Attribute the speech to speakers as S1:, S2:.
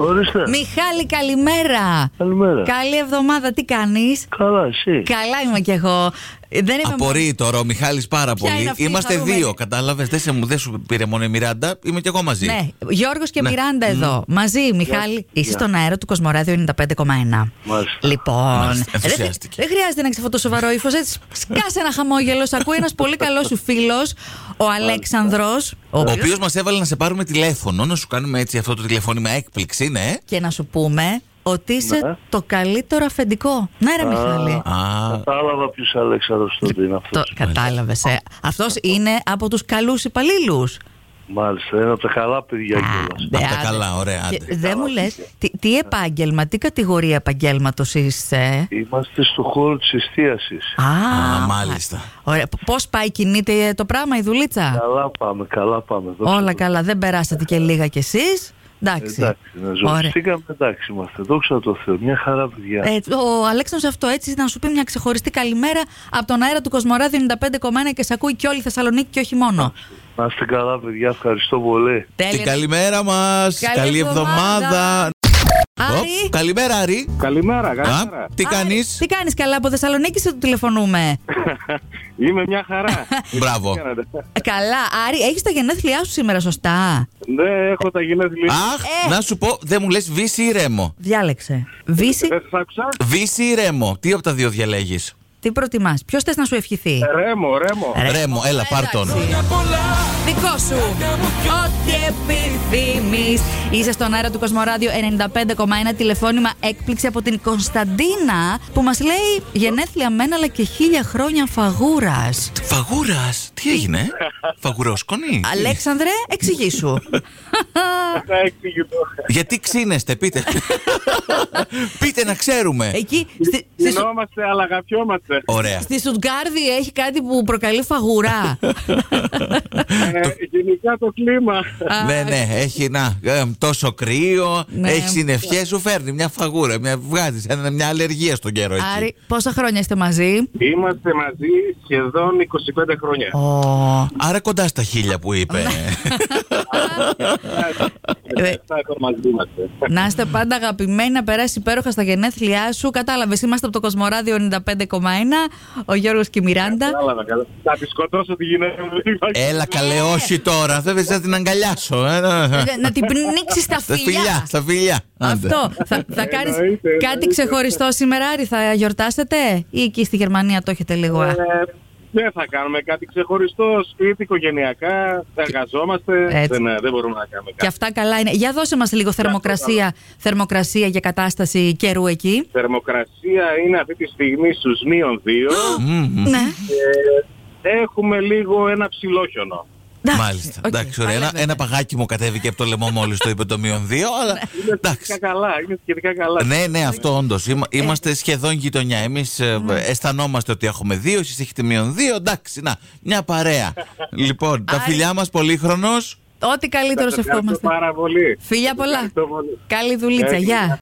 S1: Ορίστε.
S2: Μιχάλη, καλημέρα.
S1: Καλημέρα.
S2: Καλή εβδομάδα, τι κάνεις.
S1: Καλά, εσύ.
S2: Καλά είμαι κι εγώ. Δεν είμαι
S3: Απορεί τώρα ο Μιχάλης πάρα
S2: Ποια
S3: πολύ.
S2: είναι αυτή η
S3: Είμαστε
S2: χαρούμενη?
S3: δύο, κατάλαβες. Δεν, σε- δεν σου πήρε μόνο η Μιράντα, είμαι κι εγώ μαζί.
S2: μόνο- Ναι, Γιώργος και
S3: Ναι.
S2: Μιράντα εδώ. Μαζί, Μιχάλη. Είσαι στον αέρα του Κοσμοράδιο 95,1.
S1: Μάλιστα.
S2: Λοιπόν.
S3: Μάλιστα,
S2: δεν θε-
S3: ενθουσιάστηκε.
S2: δεν χρειάζεται να έχεις αυτό το σοβαρό ύφος. Έτσι, σκάσε ένα χαμόγελο. Σ' Ακούει ένας πολύ καλός σου φίλος, ο Αλέξανδρος. Ο
S3: Ο
S2: οποίος-
S3: οποίος μας έβαλε να σε πάρουμε τηλέφωνο, να σου κάνουμε έτσι αυτό το τηλεφώνημα έκπληξη, ναι.
S2: Και να σου πούμε ότι είσαι
S1: Ναι.
S2: το καλύτερο αφεντικό. Ναι, ρε Μιχάλη.
S3: Α,
S1: Κατάλαβα ποιος Αλέξανδρος τότε είναι
S2: Το
S1: αυτός.
S2: κατάλαβε. Αυτός είναι από τους καλούς υπαλλήλους.
S1: Μάλιστα, είναι από τα καλά παιδιά κιόλας.
S2: Ναι,
S3: απ' τα
S2: άντε.
S3: καλά, ωραία,
S2: Και
S3: άντε.
S2: Δεν μου λες, τι, τι επάγγελμα, τι κατηγορία επαγγέλματος είσαι. ε?
S1: Είμαστε στο χώρο της εστίασης.
S3: Α, μάλιστα.
S2: Ωραία. Πώς πάει, κινείται ε, το πράγμα, η δουλίτσα.
S1: Καλά πάμε, καλά πάμε. Δόξα τω
S2: Όλα
S1: Θεώ.
S2: καλά, δεν περάσατε και λίγα κι εσείς. Εντάξει.
S1: Εντάξει, να ζωριστήκαμε, εντάξει είμαστε. Δόξα τω Θεώ, μια χαρά παιδιά.
S2: Ε, ο Αλέξανδρος αυτό έτσι να σου πει μια ξεχωριστή καλημέρα από τον αέρα του Κοσμοράδιο 95,1 και σε ακούει και όλη η Θεσσαλονίκη και όχι μόνο.
S1: Να είστε καλά παιδιά, ευχαριστώ πολύ.
S3: Την
S2: Τέλεια.
S3: καλημέρα μας.
S2: Καλή εβδομάδα. Άρη,
S3: Οπ, καλημέρα, Άρη.
S4: Καλημέρα,
S3: Α,
S4: καλημέρα.
S3: τι
S2: Άρη,
S3: κάνεις.
S2: Τι κάνεις καλά, από Θεσσαλονίκη σε το τηλεφωνούμε.
S4: Είμαι μια χαρά.
S3: Μπράβο.
S4: Τι κάνετε?
S2: καλά, Άρη, έχεις τα γενέθλιά σου σήμερα, σωστά.
S4: Ναι, έχω τα γενέθλια.
S3: Αχ,
S2: Ε.
S3: να σου πω, δεν μου λες βύση ή ρέμο.
S2: Διάλεξε. Βύση,
S4: Ε, Δεν σας άκουσα.
S3: Βύση ή ρέμο. Τι από τα δύο διαλέγεις.
S2: τι προτιμάς, ποιος θες να σου ευχηθεί.
S4: Ρέμο, ρέμο.
S3: Ρέμο, έλα, πάρ Ε, τον.
S2: Εντάξει. Δικό σου. Ό,τι επιθυμείς. Είσαι στον αέρα του Κοσμοράδιο 95,1 τηλεφώνημα έκπληξη από την Κωνσταντίνα που μας λέει γενέθλια μένα αλλά και χίλια χρόνια φαγούρας.
S3: Φαγούρας, τι έγινε. Φαγουρόσκονη.
S2: Αλέξανδρε, εξηγήσου.
S4: Θα εξηγηθώ.
S3: Γιατί ξύνεστε, πείτε. πείτε να ξέρουμε.
S2: Εκεί στη, στη, Σου-
S4: Γινόμαστε, αλλά αγαπιόμαστε.
S3: Ωραία.
S2: στη Σουτγκάρδη έχει κάτι που προκαλεί φαγουρά.
S4: Ε, Γενικά το κλίμα.
S2: Α,
S3: ναι, ναι, έχει να. ε, τόσο κρύο,
S2: Ναι.
S3: έχει συννεφιές, σου φέρνει μια φαγούρα. Μια, βγάζεις ένα- μια αλλεργία στον καιρό εκεί.
S2: Άρη, πόσα χρόνια είστε μαζί.
S4: Είμαστε μαζί σχεδόν 25 χρόνια.
S2: Ω. Ναι.
S3: Άρα κοντά στα χίλια που είπε.
S2: Ε,
S4: 7 ετών μαζί είμαστε.
S2: Να είστε πάντα αγαπημένοι, να περάσει υπέροχα στα γενέθλιά σου. Κατάλαβες, είμαστε από το Κοσμοράδιο 95,1. Ο Γιώργος και η Μιράντα.
S4: Κατάλαβα, καλά. Θα τη σκοτώσω τη γυναίκα μου.
S3: Έλα,
S2: Ναι.
S3: καλέ, όχι τώρα. Δεν θα την αγκαλιάσω. ε, ναι.
S2: Ε, να την πνίξει στα
S3: Στα φιλιά,
S2: φιλιά.
S3: στα φιλιά. Άντε.
S2: Αυτό. Θα, θα κάνεις
S4: Εννοείται,
S2: κάτι
S4: εννοείται.
S2: ξεχωριστό σήμερα, Άρη, θα γιορτάσετε ή εκεί στη Γερμανία το έχετε λίγο. α?
S4: Ε, Δεν θα κάνουμε κάτι ξεχωριστό, σπίτι, οικογενειακά, εργαζόμαστε,
S2: Έτσι.
S4: δεν, δεν μπορούμε να κάνουμε
S2: Και
S4: κάτι.
S2: αυτά καλά είναι. Για δώσε μας λίγο θερμοκρασία, θερμοκρασία για κατάσταση καιρού εκεί.
S4: Θερμοκρασία είναι αυτή τη στιγμή στους μείον 2.
S3: Μμμ.
S2: Ναι.
S4: Ε, έχουμε λίγο ένα ψηλόχιονο.
S2: Εντάξει,
S3: Μάλιστα.
S2: οκ,
S3: Εντάξει, ωραία. Ένα,
S2: παλεύετε.
S3: ένα παγάκι μου κατέβηκε από το λαιμό μόλις το είπε το μείον δύο,
S2: Ναι.
S3: αλλά.
S4: Είναι
S3: Εντάξει.
S4: σχετικά καλά, είναι σχετικά καλά.
S3: Ναι, ναι, αυτό όντως. Είμαστε σχεδόν γειτονιά. Εμείς αισθανόμαστε ότι έχουμε δύο, εσείς έχετε μείον δύο. Εντάξει, να, μια παρέα. λοιπόν, τα
S2: Άρη.
S3: φιλιά μας πολύχρονος.
S2: Ό,τι καλύτερο
S4: Σας
S2: σε
S4: ευχαριστώ
S2: ευχόμαστε.
S4: πάρα πολύ.
S2: Φιλιά πολλά.
S4: Ευχαριστώ πολύ.
S2: Καλή δουλίτσα.
S4: Ε,
S2: Γεια.